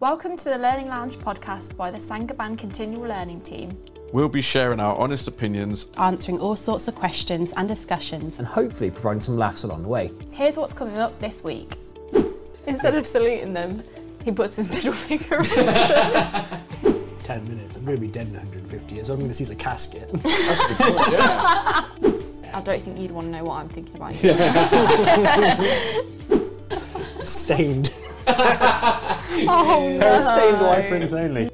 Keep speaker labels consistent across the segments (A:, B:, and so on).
A: Welcome to the Learning Lounge podcast by the Sangaban Continual Learning Team.
B: We'll be sharing our honest opinions.
C: answering all sorts of questions and discussions.
D: and hopefully providing some laughs along the way.
A: Here's what's coming up this week.
E: Instead of saluting them, he puts his middle finger up.
F: 10 minutes. I'm going to be dead in 150 years. I'm going to seize a casket.
E: I don't think you'd want to know what I'm thinking about.
F: stained.
E: Oh,
F: Pair of stained wife rings only.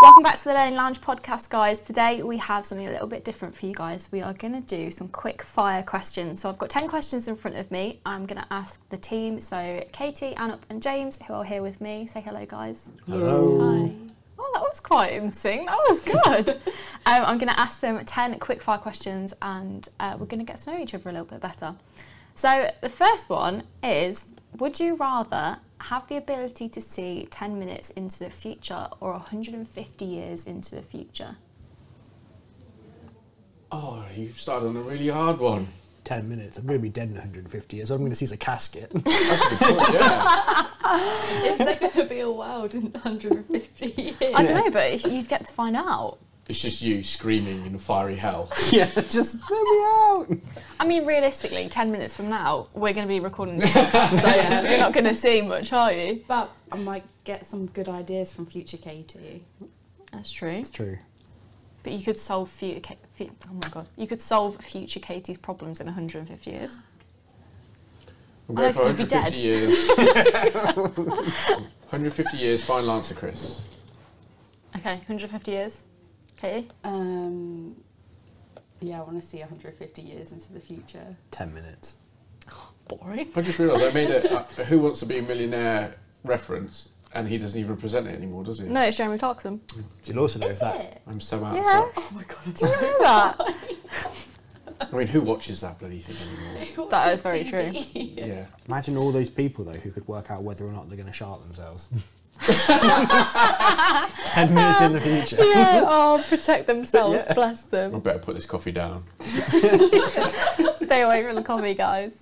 A: Welcome back to the Learning Lounge podcast, guys. Today we have something a little bit different for you guys. We are going to do some quick fire questions. So I've got 10 questions in front of me. I'm going to ask the team, so Katie, Anup, and James, who are here with me. Say hello, guys.
F: Hello.
A: Oh, that was quite in sync. That was good. um, I'm going to ask them 10 quick fire questions and uh, we're going to get to know each other a little bit better. So, the first one is Would you rather have the ability to see 10 minutes into the future or 150 years into the future?
B: Oh, you started on a really hard one.
F: 10 minutes. I'm going to be dead in 150 years. I'm going to seize a casket.
B: That's a good point, yeah.
E: Is there going to be a world in 150 years?
A: I don't know, but you'd get to find out.
B: It's just you screaming in fiery hell.
F: yeah, just let me out.
A: I mean, realistically, 10 minutes from now, we're going to be recording this podcast, so you're not going to see much, are you?
G: But I might get some good ideas from future Katie.
A: That's true.
F: It's true.
A: But you could solve future. Ka- fu- oh my god! You could solve future Katie's problems in 150 years.
B: I'm going
A: Alex
B: for
A: would be
B: 150
A: dead.
B: years. 150 years, final answer, Chris.
A: Okay, 150 years. Katie.
G: Um, yeah, I want to see 150 years into the future.
F: 10 minutes.
A: Boring.
B: I just realised I made a, a Who Wants to Be a Millionaire reference, and he doesn't even present it anymore, does he?
A: No, it's Jeremy Clarkson.
F: You'll also know if that.
B: I'm so out. of
A: Yeah.
B: touch.
G: Oh my god,
A: Do you know that?
B: I mean, who watches that bloody thing anymore?
A: that is very true.
B: Yeah.
F: Imagine all those people, though, who could work out whether or not they're going to shart themselves. 10 minutes in the future.
A: yeah. Oh, protect themselves. Bless
B: I
A: them.
B: better put this coffee down.
A: Stay away from the coffee, guys.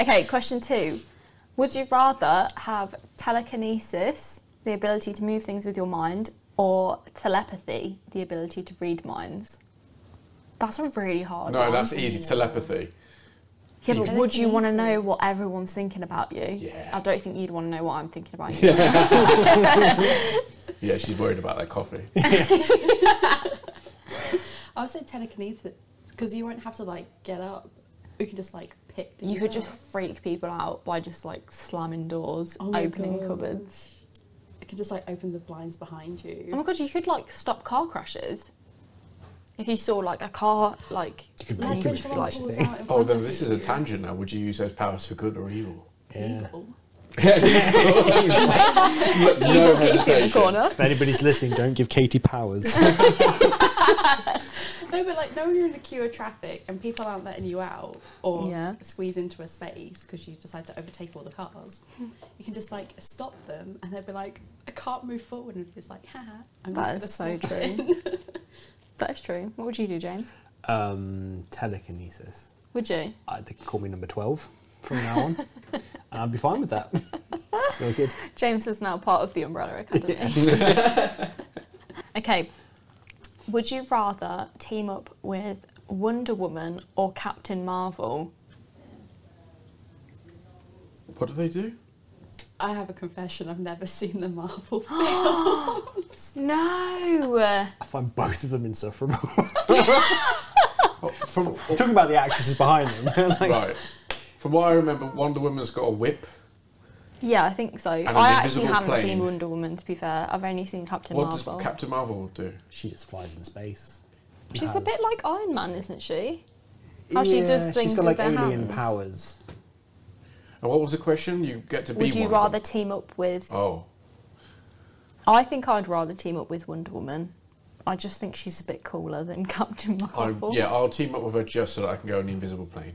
A: Okay, question two. Would you rather have telekinesis, the ability to move things with your mind, or telepathy, the ability to read minds? That's a really hard one.
B: No, that's easy. Telepathy.
A: Yeah, but
G: Yeah.
A: would you want to know what everyone's thinking about you?
B: Yeah.
A: I don't think you'd want to know what I'm thinking about you.
B: Yeah, she's worried about that coffee.
G: I would say telekinesis because you won't have to like get up. You can just like pick. Things
A: You could just
G: up.
A: freak people out by just like slamming doors,
G: Oh my
A: opening
G: gosh.
A: cupboards.
G: You could just like open the blinds behind
A: Oh
G: you.
A: my god, you could like stop car crashes. If you saw like a car, like
F: You could,
G: Like,
F: you could
G: if someone
F: flash
G: pulls
F: thing.
G: out in
B: Oh,
G: front
B: then
G: of
B: this is a
G: you,
B: tangent now. Would you use those powers for good or evil?
F: Yeah.
G: people-
B: no
A: in the
B: hesitation.
A: corner.
F: If anybody's listening, don't give Katie powers.
G: No, but like, know when you're in the queue of traffic and people aren't letting you out or
A: Yeah.
G: squeeze into a space because you decide to overtake all the cars, you can just like stop them and they'll be like, I can't move forward. And it's like, haha, I'm
A: That is
G: just
A: so
G: gonna stop it."
A: true. that is true. What would you do, James?
F: um, telekinesis.
A: Would you?
F: I, they can call me number 12 from now on. and I'll be fine with that. It's all good.
A: James is now part of the Umbrella Academy. okay. Would you rather team up with Wonder Woman or Captain Marvel?
B: What do they do?
G: I have a confession, I've never seen the Marvel film.
A: No.
F: I find both of them insufferable.
B: Oh, From,
F: Talking about the actresses behind them. like,
B: right. From what I remember, Wonder Woman's got a whip.
A: Yeah, I think so.
B: an
A: I actually
B: invisible
A: haven't
B: plane.
A: seen Wonder Woman. To be fair, I've only seen Captain
B: What
A: Marvel.
B: does Captain Marvel do?
F: she just flies in space.
A: She's a
F: Has-
A: bit like Iron Man, isn't she? how she does things
F: She's got
A: with
F: like
A: her
F: alien
A: hands.
F: powers.
B: And what was the question? You get to be
A: Would you
B: one of
A: rather
B: them.
A: team up with?
B: Oh,
A: I think I'd rather team up with Wonder Woman. I just think she's a bit cooler than Captain
B: I,
A: Marvel.
B: yeah. I'll team up with her just so that I can go on the invisible plane.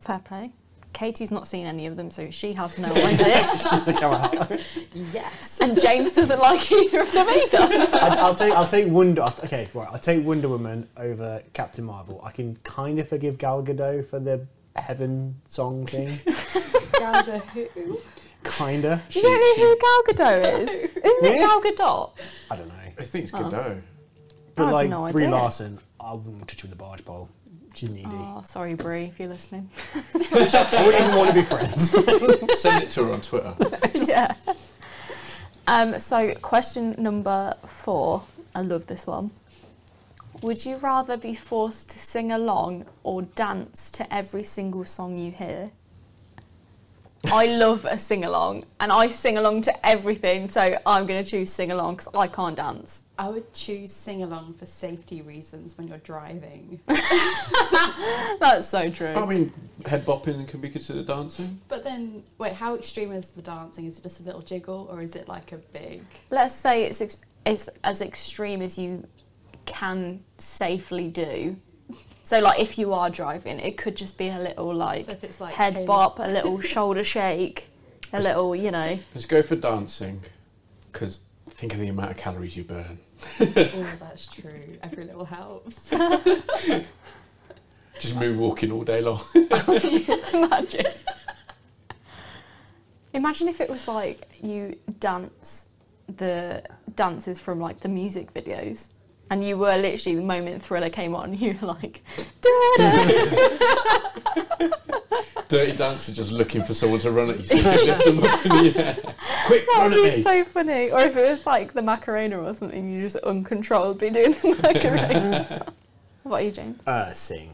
A: Fair play. Katie's not seen any of them, so she has no idea.
G: yes.
A: and James doesn't like either of them either.
F: I'd, I'll take I'll take Wonder. I'll, okay, right. I'll take Wonder Woman over Captain Marvel. I can kind of forgive Gal Gadot for the heaven song thing.
G: Gouda who?
F: Kinda.
A: You don't know who Gal Gadot is? Isn't it
F: Yeah.
A: Gal Gadot?
F: I don't know.
B: I think it's Godot.
A: I
F: But
A: have
F: like
A: no
F: Brie
A: idea.
F: Larson, I wouldn't touch her with a barge pole. She's needy.
A: Oh, sorry, Brie, if you're listening.
F: I wouldn't even want to be friends.
B: Send it to her on Twitter.
A: yeah. Um, so, question number four. I love this one. Would you rather be forced to sing along or dance to every single song you hear? I love a sing along, and I sing along to everything, so I'm going to choose sing along because I can't dance.
G: I would choose sing along for safety reasons when you're driving.
A: That's so true.
B: I mean, head bopping can be considered dancing.
G: but then, wait, how extreme is the dancing? Is it just a little jiggle or is it like a big?
A: Let's say it's, ex- it's as extreme as you can safely do. So, like, if you are driving, it could just be a little like
G: So if it's like
A: head
G: Taylor-
A: bop, a little shoulder shake, a little, you know.
B: Let's go for dancing, because think of the amount of calories you burn.
G: Oh, that's true. Every little helps.
B: Just moonwalking all day long.
A: Imagine. Imagine if it was like you dance the dances from like the music videos. And you were literally the moment Thriller came on, you were like, "Da-da."
B: Dirty dancer just looking for someone to run at you. So you lift them up in the air. Quick,
A: that
B: run
A: would
B: at
A: be
B: me.
A: so funny. Or if it was like the Macarena or something, you just uncontrollably doing the Macarena. what about you, James?
F: uh, sing.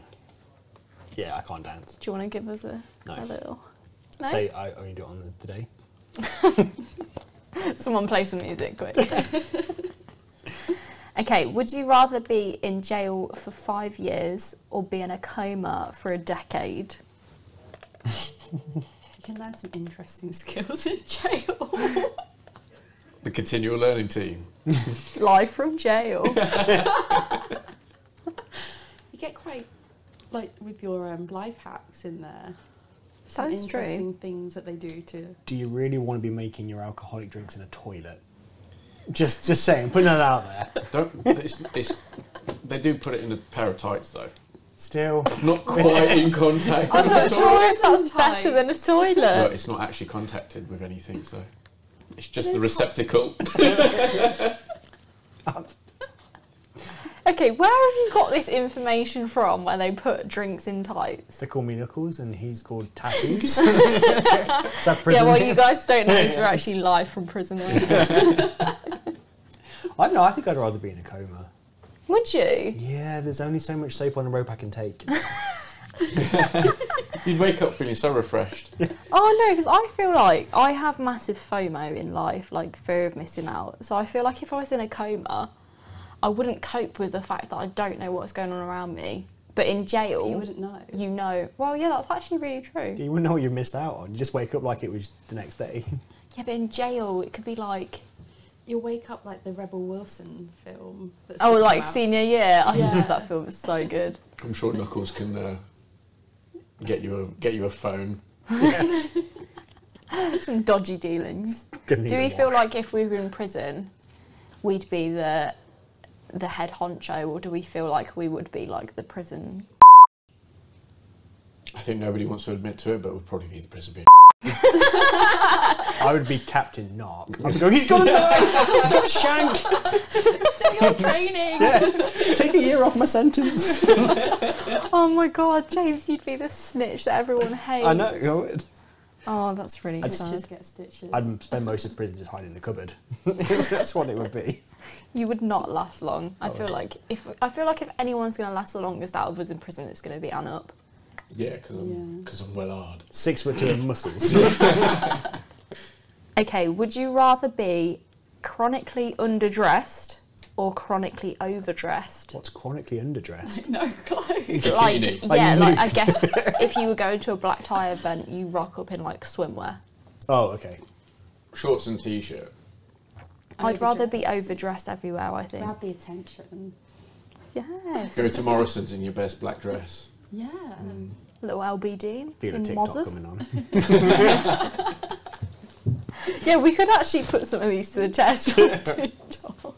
F: Yeah, I can't dance.
A: Do you want to give us a,
F: No.
A: a little? No?
F: Say I only do it on the, the day.
A: Someone play some music quick. okay, would you rather be in jail for five years or be in a coma for a decade?
G: You can learn some interesting skills in jail.
B: The continual learning team.
A: Live from jail.
G: you get quite like with your um, life hacks in there. Some
A: That's true.
G: interesting things that they do to.
F: Do you really want to be making your alcoholic drinks in a toilet? Just, just saying, putting that out there.
B: Don't. It's, it's, they do put it in a pair of tights though.
F: Still,
B: Not quite in contact.
A: I'm not sure if that's
G: Tight.
A: better than a
B: No,
A: toilet.
B: it's not actually contacted with anything, so it's just the receptacle.
A: Okay, where have you got this information from where they put drinks in tights?
F: they call me Knuckles, and he's called Tattoos. Is that prison?
A: Yeah, well, you guys don't know, these are
F: Yeah.
A: actually live from prison. aren't they?
F: I don't know. I think I'd rather be in a coma.
A: Would you?
F: Yeah, there's only so much soap on a rope I can take.
B: You'd wake up feeling so refreshed.
A: Oh no, because I feel like I have massive FOMO in life, like fear of missing out. So I feel like if I was in a coma, I wouldn't cope with the fact that I don't know what's going on around me. But in jail,
G: You wouldn't know.
A: You know. Well, yeah, that's actually really true.
F: you wouldn't know what you missed out on. You just wake up like it was the next day.
A: Yeah, but in jail, it could be like
G: You wake up like the Rebel Wilson film. That's
A: oh,
G: just come
A: like
G: out.
A: senior year. I
G: Yeah.
A: love that film. It's so good.
B: I'm sure Knuckles can uh, get you a get you a phone.
A: Some dodgy dealings.
F: Couldn't
A: Do
F: even
A: we feel
F: wash.
A: like if we were in prison, we'd be the the head honcho, or do we feel like we would be like the prison
B: I think nobody wants to admit to it, but it would probably be the prison bitch.
F: I would be Captain Knock. I'd be going, he's got a knife! He's got a shank!
G: Your training.
F: Take a year off my sentence.
A: Oh my god, James, you'd be the snitch that everyone hates.
F: I know, I would.
A: Oh, that's really
G: Stitches
A: sad.
G: get stitches.
F: I'd spend most of prison just hiding in the cupboard. That's what it would be.
A: You would not last long. I feel like if I feel like if anyone's gonna last the longest out of us in prison, it's gonna be Anne up.
B: Yeah, because I'm
G: Yeah.
B: because I'm well hard.
F: Six foot two and muscles.
A: Okay, would you rather be chronically underdressed or chronically overdressed?
F: What's chronically underdressed?
G: no clue.
A: Like,
B: Bikini.
F: Like
A: yeah, like I
F: nude.
A: guess if you were going to a black tie event, you rock up in like swimwear.
F: Oh, okay.
B: Shorts and t-shirt.
A: I'd rather be
G: Overdressed.
A: overdressed everywhere. I think.
G: Grab the attention.
A: Yes.
B: Go to Morrison's in your best black dress.
G: Yeah.
A: Mm. Little LBD
F: Feel a
A: in
F: Mm. TikTok
A: Mozzers.
F: coming on.
A: Yeah, we could actually put some of these to the test on TikTok.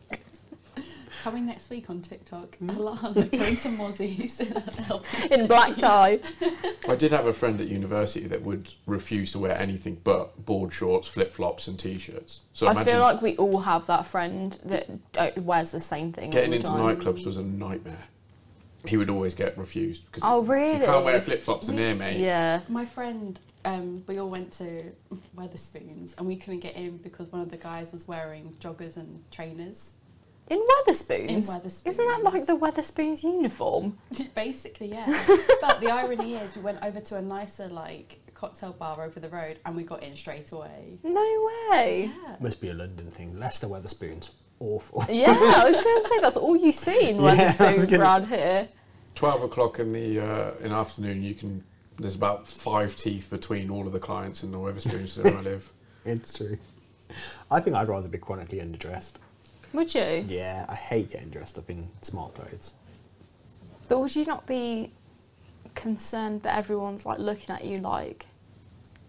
G: Coming next week on TikTok,
A: Mm.
G: Alana going to Mozzie's in LPG.
E: in black tie.
B: I did have a friend at university that would refuse to wear anything but board shorts, flip flops, and t-shirts. So
A: I
B: imagine
A: feel like we all have that friend that uh, wears the same thing.
B: getting
A: all the
B: into
A: time.
B: nightclubs was a nightmare. He would always get refused because
A: Oh,
B: you can't wear
A: really?
B: flip flops in here, mate.
A: Yeah.
G: My friend, um, we all went to Weatherspoons and we couldn't get in because one of the guys was wearing joggers and trainers.
A: In Weatherspoons?
G: In Weatherspoons.
A: Isn't that like the Weatherspoons uniform?
G: Basically, yeah. but the irony is, we went over to a nicer like cocktail bar over the road and we got in straight away.
A: No way.
G: Yeah.
F: Must be a London thing. Leicester Weatherspoons. Awful.
A: Yeah, I was going to say that's all you see in
F: Yeah, I was
A: Weatherspoons
F: gonna
A: around here.
B: Twelve o'clock in the uh, in the afternoon, you can. There's about five teeth between all of the clients in the Weatherspoons where I live.
F: It's true. I think I'd rather be chronically underdressed.
A: Would you?
F: Yeah, I hate getting dressed up in smart clothes.
A: But would you not be concerned that everyone's like looking at you like,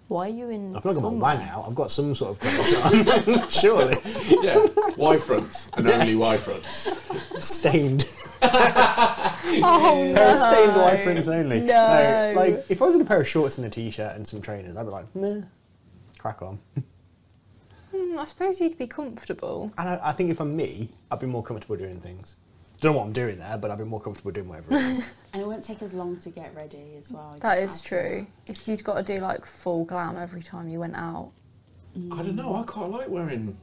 A: why are you in?
F: I've not got my
A: swim
F: wang
A: wear?"
F: out. I've got some sort of clothes on. Surely
B: Yeah, Y fronts and only Y fronts.
F: stained.
A: Oh
F: pair of stained
A: no.
F: white friends only.
A: No.
F: like if I was in a pair of shorts and a t-shirt and some trainers, I'd be like, nah, crack on.
A: Hmm, I suppose you'd be comfortable.
F: And I, I think if I'm me, I'd be more comfortable doing things. Don't know what I'm doing there, but I'd be more comfortable doing whatever it is.
G: And it won't take as long to get ready as well.
A: That is true. If you'd got to do like full glam every time you went out.
B: I don't know. I quite like wearing.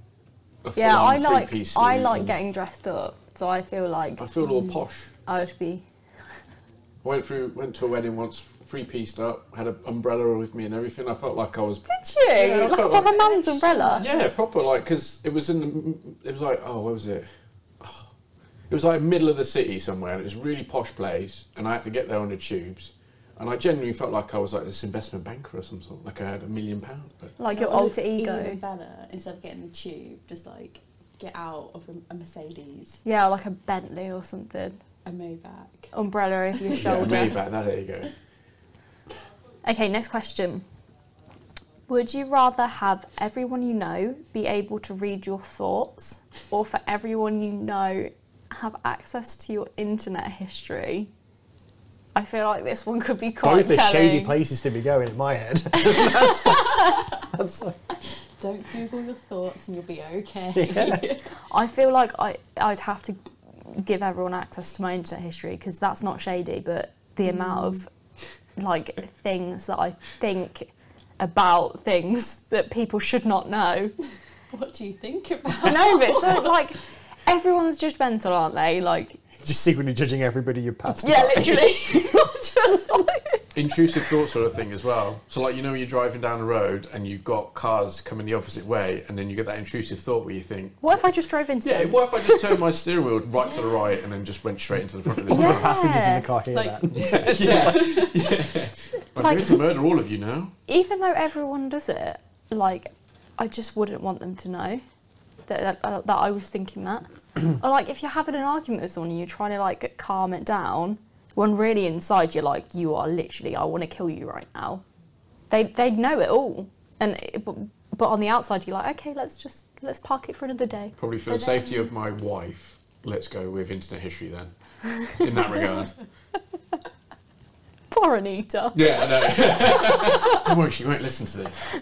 B: A
A: Yeah, I
B: full-on
A: like
B: three-piece
A: I
B: suit
A: like
B: and
A: getting dressed up, so I feel like
B: I feel all posh.
A: I would be.
B: I went through, went to a wedding once, three pieced up, had an umbrella with me and everything. I felt like I was,
A: Did you?
B: Yeah, I
A: That's
B: felt
A: on
B: like-
A: a man's umbrella.
B: yeah, proper like because it was in the, it was like oh, where was it? Oh, it was like middle of the city somewhere, and it was a really posh place, and I had to get there on the tubes, and I genuinely felt like I was like this investment banker or some sort, like I had a million pounds. But
A: Like your alter ego.
G: Even better, instead of getting the tube, just like get out of a- a Mercedes,
A: Yeah, like a Bentley or something.
G: a Maybach.
A: Umbrella over your
B: yeah,
A: shoulder.
B: me back there. There you go.
A: Okay, next question. Would you rather have everyone you know be able to read your thoughts or for everyone you know have access to your internet history? I feel like this one could be quite
F: Both are shady
A: telling.
F: places to be going in my head.
G: Don't Google your thoughts and you'll be okay.
A: I feel like I, I'd have to give everyone access to my internet history because that's not shady, but the amount of like things that I think about things that people should not know.
G: What do you think about?
A: I know, but so like everyone's judgmental, aren't they? Like,
F: Just secretly judging everybody you passed.
A: yeah,
F: by.
A: literally, just like
B: Intrusive thoughts are a thing as well. So like you know, you're driving down the road and you've got cars coming the opposite way, and then you get that intrusive thought where you think.
A: what if I just drove into
B: Yeah,
A: them?
B: what if I just turned my steering wheel right to the right and then just went straight into the front of this
A: Yeah.
B: car?
F: The passengers in the car hear
G: Like-
F: that.
B: I'm
A: Like-
B: going to murder all of you now.
A: Even though everyone does it, like I just wouldn't want them to know that that, uh, that I was thinking that. or like if you're having an argument with someone and you're trying to like calm it down, when really inside you're like, you are literally, I want to kill you right now. They they know it all, and it, but, but on the outside you're like, okay, let's just let's park it for another day.
B: Probably for the safety of my wife, let's go with internet history then. In that regard.
A: Poor Anita.
B: Yeah, I know. Don't worry, she won't listen to this.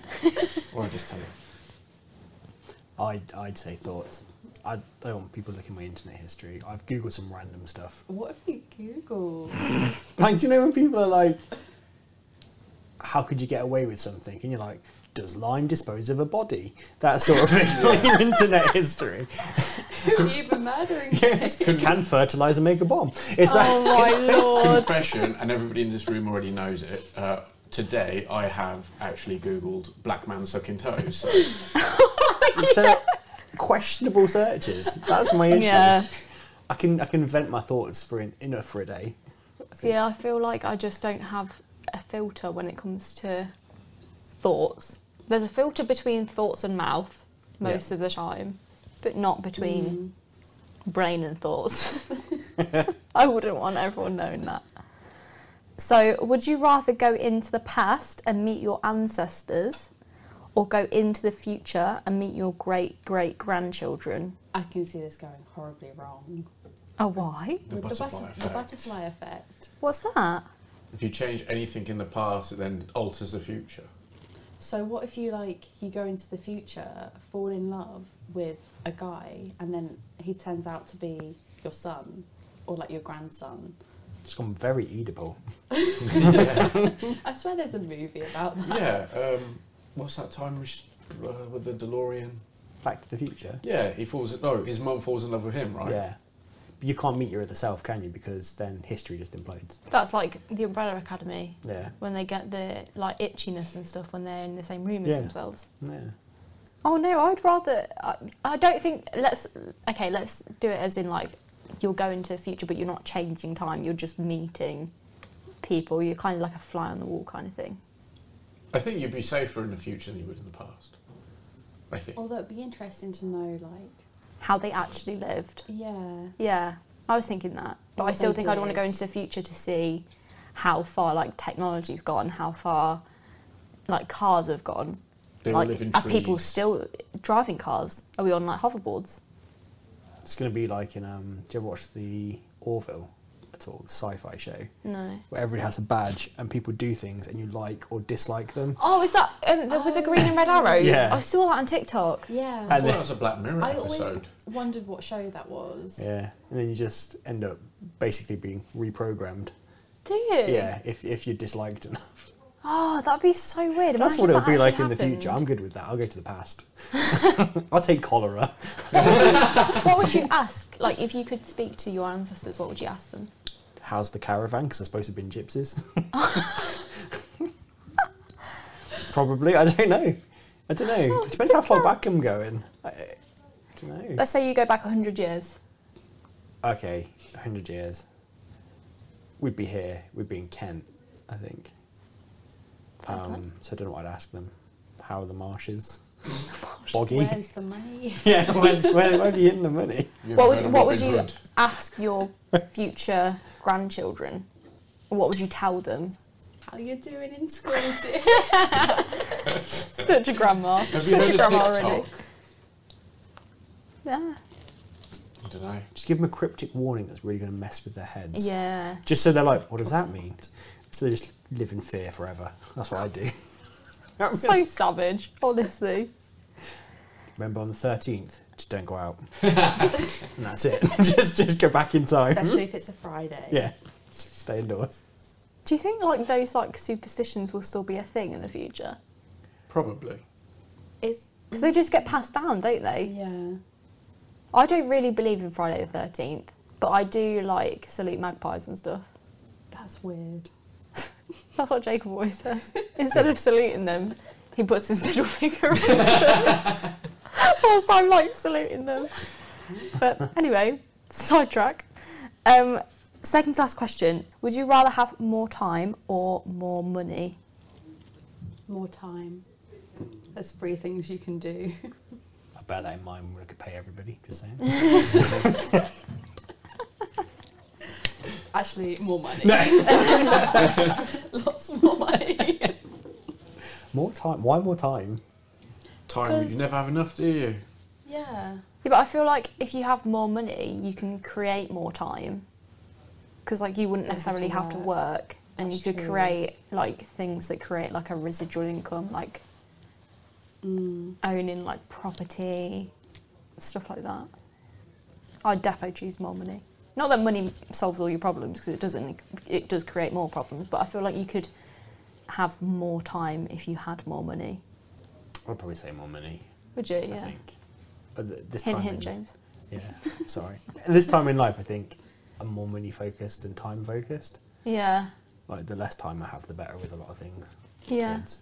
B: Or I just tell her.
F: I'd, I'd say thoughts. I don't want people looking at my internet history. I've Googled some random stuff.
G: What if you Google?
F: Like, do you know when people are like, how could you get away with something? And you're like, does lime dispose of a body? That sort of thing. Like your internet history.
G: Who have you been murdering?
F: Can fertilizer make a bomb? It's that.
A: Oh my lord.
B: Confession, and everybody in this room already knows it. Uh, today, I have actually Googled black man sucking toes. So
F: So, questionable searches. That's my issue.
A: Yeah.
F: I can I can vent my thoughts for an, enough for a day.
A: Yeah, I feel like I just don't have a filter when it comes to thoughts. There's a filter between thoughts and mouth most of the time, but not between
E: Mm.
A: brain and thoughts. I wouldn't want everyone knowing that. So, would you rather go into the past and meet your ancestors or go into the future and meet your great great grandchildren?
G: I can see this going horribly wrong.
A: Oh, why?
B: The
G: With
B: butterfly
G: butter- the
B: effect.
G: butterfly effect.
A: What's that?
B: If you change anything in the past, it then alters the future.
G: So what if you like you go into the future, fall in love with a guy, and then he turns out to be your son or like your grandson?
F: It's gone very eatable.
B: yeah.
G: I swear there's a movie about that.
B: yeah um, what's that time res- uh, with the DeLorean?
F: Back to the future.
B: Yeah, he falls. In, no, his mum falls in love with him, right?
F: Yeah. But you can't meet your other self, can you? Because then history just implodes.
E: That's like the Umbrella Academy
F: Yeah.
E: when they get the like itchiness and stuff when they're in the same room
F: Yeah.
E: as themselves.
F: Yeah.
A: Oh no, I'd rather. I, I don't think. Let's okay. Let's do it as in like you'll go into the future, but you're not changing time. You're just meeting people. You're kind of like a fly on the wall kind of thing.
B: I think you'd be safer in the future than you would in the past. I think.
A: Oh.
G: Although it'd be interesting to know, like,
A: How they actually lived.
G: yeah,
A: Yeah, I was thinking that, but I
G: What
A: still
G: they
A: think I'd want to
G: did.
A: go into the future to see how far like technology's gone, how far like cars have gone.
B: They all
A: like,
B: live in
A: are people
B: trees.
A: still driving cars? Are we on like hoverboards?
F: It's going to be like in, um, do you ever watch the Orville at all, the sci fi show,
A: No.
F: where everybody has a badge and people do things and you like or dislike them?
A: Oh, is that um, the, with the green and red arrows?
F: Yeah.
A: I saw that on TikTok.
G: yeah.
B: I
F: And
B: thought
F: then-
B: that was a Black Mirror
G: I always
B: episode.
G: wondered what show that was.
F: Yeah. And then you just end up basically being reprogrammed.
A: Do you?
F: Yeah, if, if you're disliked enough.
A: Oh, that'd be so weird.
F: That's
A: Imagine
F: what
A: if
F: it'll
A: that
F: be like
A: actually
F: in the future. I'm
A: happened.
F: good with that. I'll go to the past. I'll take cholera.
A: what would you ask? Like, if you could speak to your ancestors, what would you ask them?
F: How's the caravan? Because they're supposed to have been gypsies. Probably. I don't know. I don't know. it depends how far back I'm going. I, I don't know.
A: Let's say you go back 100 years.
F: Okay, 100 years. We'd be here. We'd be in Kent, I think. Um, so I don't know what I'd ask them. How are the marshes? Boggy.
G: Where's the money?
F: Yeah, where's, where, where have you hidden the money?
B: You
A: what
B: ever
A: would,
B: heard of
A: what would
B: Robin
A: you
B: Hood?
A: ask your future grandchildren? What would you tell them?
G: How you doing in school, dear?
A: Such a grandma.
B: Have you
A: Such
B: heard
A: a
B: of
A: grandma
B: TikTok?
A: already. Yeah.
B: I don't know.
F: Just give them a cryptic warning that's really going to mess with their heads.
A: Yeah.
F: Just so they're like, what does that mean? So they just live in fear forever. That's what I do.
A: So savage, honestly.
F: Remember on the 13th, just don't go out. and that's it. just just go back in time.
G: Especially if it's a Friday.
F: Yeah. Just Stay indoors.
A: Do you think like those like superstitions will still be a thing in the future?
B: Probably.
G: It's,
A: Because they just get passed down, don't they?
G: yeah.
A: I don't really believe in Friday the 13th, but I do like salute magpies and stuff.
G: That's weird.
A: That's what Jacob always says. Instead of saluting them, he puts his middle finger on them. Whilst I'm like saluting them. But anyway, sidetrack. Um, second to last question Would you rather have more time or more money?
G: More time. There's free things you can do.
F: I bear that in mind when I could pay everybody. Just saying.
G: Actually, more money. Lots more money.
F: more time. Why more time?
B: Time, you
G: Because-
B: never have enough, do you?
G: yeah.
A: Yeah, but I feel like if you have more money, you can create more time. Because like you wouldn't
G: Don't have to
A: necessarily have to work, and you
G: That's
A: could
G: true.
A: create like things that create like a residual income, like owning like property, stuff like that. I'd defo choose more money. Not that money solves all your problems because it doesn't. It does create more problems, but I feel like you could have more time if you had more money.
F: I'd probably say more money,
A: Would you?
F: I
A: yeah.
F: think. But th- this
A: Hint,
F: time
A: hint,
F: in-
A: James.
F: Yeah, sorry. this time in life, I think I'm more money focused than time focused.
A: Yeah.
F: Like the less time I have, the better with a lot of things.
A: Yeah.
F: Kids.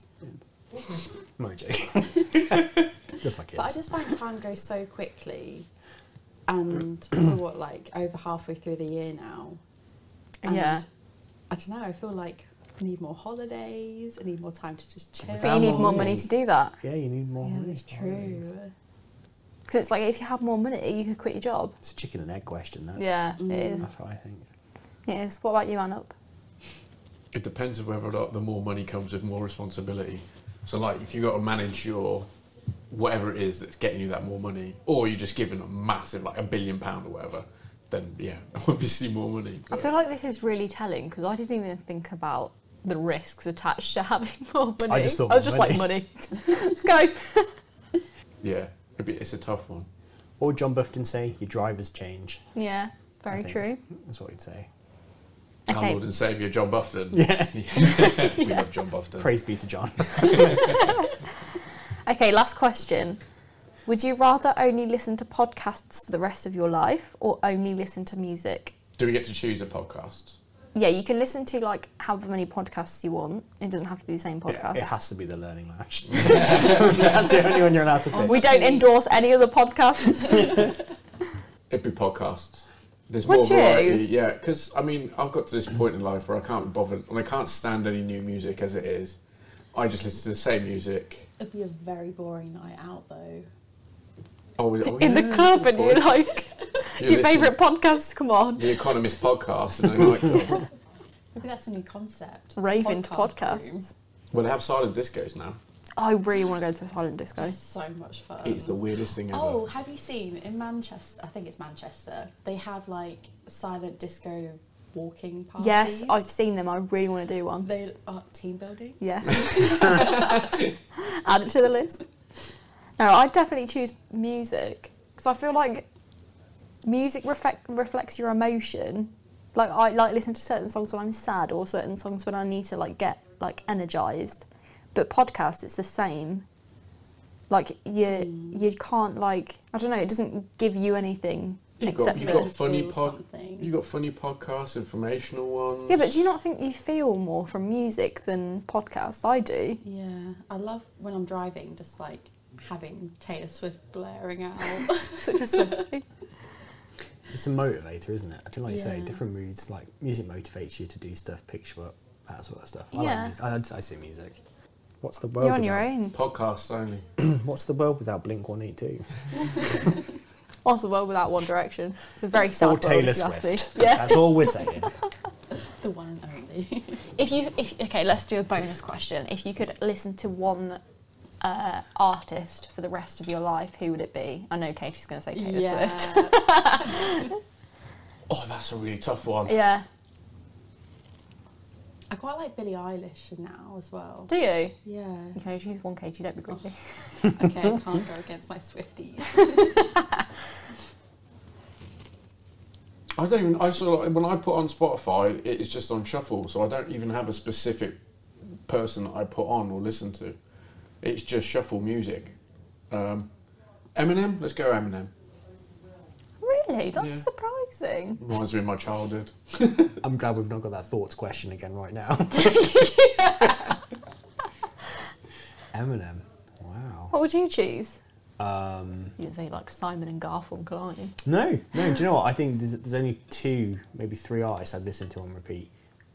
F: kids. Mojo. With my kids.
G: But I just find time goes so quickly. And we're what, like over halfway through the year now. And
A: Yeah.
G: I don't know, I feel like I need more holidays, I need more time to just chill.
A: But you
F: found
A: need
F: more
A: more
F: money.
A: money to do that.
F: yeah, you need more.
G: yeah,
F: money
G: that's
F: for holidays.
G: true.
A: Because it's like if you had more money, you could quit your job.
F: It's a chicken and egg question, that.
A: Yeah, it is.
F: That's what I think.
A: It is. What about you, Anup?
B: It depends on whether or not the more money comes with more responsibility. So, like, if you've got to manage your whatever it is that's getting you that more money, or you're just giving a massive, like a billion pound or whatever, then yeah, obviously more money.
A: I
B: But
A: feel like this is really telling because I didn't even think about the risks attached to having more money.
F: just thought
A: I was just like money. Let's go.
B: yeah, it'd be- it's a tough one.
F: Or John Bufton say, your drivers change.
A: Yeah, very
F: I think.
A: true.
F: That's what he'd say.
B: Our
A: Okay.
B: Lord and Saviour, John Bufton.
F: Yeah.
B: we love John Bufton.
F: Praise be to John.
A: Okay, last question. Would you rather only listen to podcasts for the rest of your life or only listen to music?
B: Do we get to choose a podcast?
A: Yeah, you can listen to like however many podcasts you want. It doesn't have to be the same
F: it,
A: podcast.
F: it has to be the Learning Lounge. That's the only one you're allowed to pick.
A: We don't endorse any other podcasts.
B: It'd be podcasts. There's
A: Would
B: more variety,
A: you?
B: yeah. Because I mean, I've got to this point in life where I can't be bothered, and I can't stand any new music as it is. I just listen to the same music.
G: It'd be a very boring night out though.
B: Oh, oh,
A: in
B: yeah,
A: the club, and
B: boy.
A: you're like,
B: You
A: your
B: listen
A: favourite podcasts, come on.
B: to The Economist podcast, and they're like, oh,
G: Maybe that's a new concept.
A: Raving to podcasts.
G: room.
B: well, they have silent discos now.
A: I really want to go to a silent disco.
G: It's so much fun.
B: It's the weirdest thing ever.
G: Oh, have you seen in Manchester? I think it's Manchester. They have like silent disco walking parties.
A: Yes, I've seen them. I really want to do one.
G: They are team building.
A: Yes. Add it to the list. No, I definitely choose music because I feel like music reflect, reflects your emotion. Like I like listen to certain songs when I'm sad or certain songs when I need to like get like energized. But podcasts, it's the same. Like you,
B: Mm.
A: you can't like I don't know. It doesn't give you anything
B: You've got-
A: except
B: you've
A: for
B: got funny
G: Feel
B: pod-
G: something.
B: You got funny podcasts, informational ones.
A: Yeah, but do you not think you feel more from music than podcasts? I do.
G: Yeah, I love when I'm driving, just like having Taylor Swift blaring out.
A: Such a simply.
F: It's a motivator, isn't it? I think, like you say,
G: Yeah.
F: different moods. Like music motivates you to do stuff, picks you up, that sort of stuff.
A: Yeah.
F: I like music. I, I'd- I say music. What's the world?
A: You're on your
F: without,
A: own.
B: podcasts only.
F: What's the world without Blink One Eight Two
A: What's the world without One Direction? It's a very sad
F: or
A: world,
F: Taylor
A: if you ask me.
F: Swift?
A: Yeah.
F: That's all we're saying.
G: the one and only.
A: If you, if okay, let's do a bonus question. If you could listen to one uh, artist for the rest of your life, who would it be? I know Katie's going to say Taylor Swift.
B: Oh, that's a really tough one.
A: Yeah.
G: I quite like Billie Eilish now as well.
A: Do you?
G: Yeah.
A: You can only choose one, Katie. Don't be greedy.
G: Okay, I can't go against my Swifties.
B: I don't even. I sort of, when I put on Spotify, it is just on shuffle, so I don't even have a specific person that I put on or listen to. It's just shuffle music. Um, Eminem. Let's go Eminem.
A: Really? That's
B: Yeah.
A: surprising.
B: Reminds me of my childhood.
F: I'm glad we've not got that thoughts question again right now. Eminem. Wow.
A: What would you choose?
F: Um,
A: You didn't say like Simon and Garfunkel, are you?
F: No, no. Do you know what? I think there's, there's only two, maybe three artists I've listened to on repeat.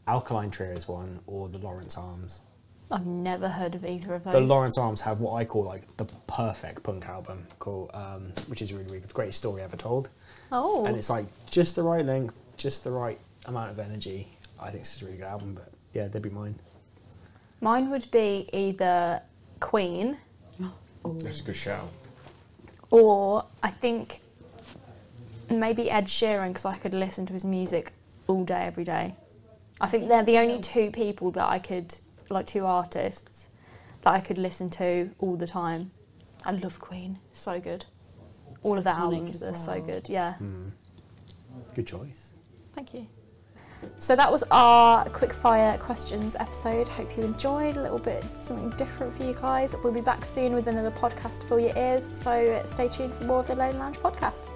F: Alkaline Trio is one, or the Lawrence Arms.
A: I've never heard of either of those.
F: The Lawrence Arms have what I call like the perfect punk album, called um, which is really, really the greatest story ever told,
A: Oh.
F: and it's like just the right length, just the right amount of energy. I think this is a really good album, but yeah, they'd be mine.
A: Mine would be either Queen
B: That's a good shout.
A: or I think maybe Ed Sheeran because I could listen to his music all day, every day. I think they're the only two people that I could, like two artists, that I could listen to all the time. I love Queen, so good. All of their
G: Iconic
A: albums
G: as
A: are so
G: well.
A: good, yeah.
F: Good choice.
A: Thank you. So that was our quickfire questions episode. Hope you enjoyed a little bit something different for you guys. We'll be back soon with another podcast for your ears. So stay tuned for more of the Lone Lounge podcast.